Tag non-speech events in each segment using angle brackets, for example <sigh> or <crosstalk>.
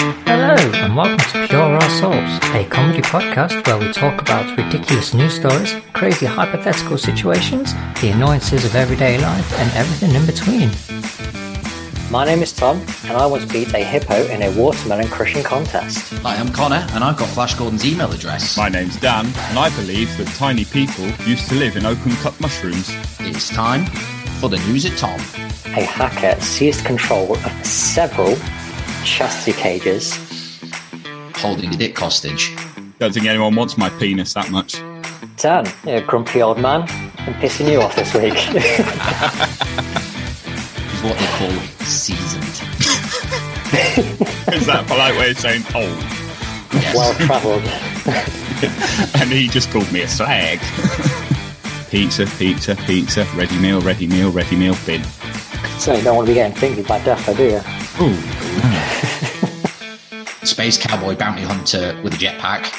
Hello, and welcome to Pure Raw Souls, a comedy podcast where we talk about ridiculous news stories, crazy hypothetical situations, the annoyances of everyday life, and everything in between. My name is Tom, and I once beat a hippo in a watermelon crushing contest. Hi, I'm Connor, and I've got Flash Gordon's email address. My name's Dan, and I believe that tiny people used to live in open cut mushrooms. It's time for the news at Tom. A hacker seized control of several chastity cages. Holding the dick hostage. Don't think anyone wants my penis that much. Dan, you grumpy old man, I'm pissing you off this week. is what they call seasoned. Is that a polite way of saying "Oh," old? Yes. <laughs> well travelled. And he just called me a slag. <laughs> pizza, pizza, pizza, ready meal, ready meal, ready meal, bin. So you don't want to be getting fingered by Duffer, do you? Ooh. Space cowboy bounty hunter with a jetpack.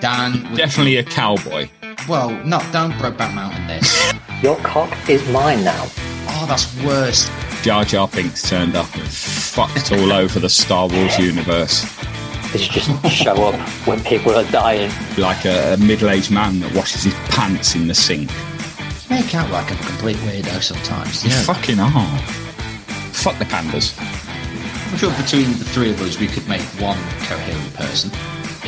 Dan, with, Definitely a cowboy. well, not down Brokeback Mountain. <laughs> This. Your cock is mine now. oh, that's worse. Jar Jar Binks turned up and fucked all over the Star Wars universe. Because you just show up when people are dying. Like a, a middle aged man that washes his pants in the sink. Make out like I'm a complete weirdo sometimes. You Yeah. fucking are. Fuck the pandas. I'm sure between the three of us, we could make one coherent person.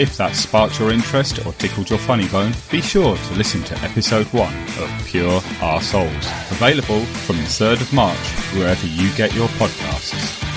If that sparked your interest or tickled your funny bone, be sure to listen to episode 1 of Pure Our Souls, available from the 3rd of March, wherever you get your podcasts.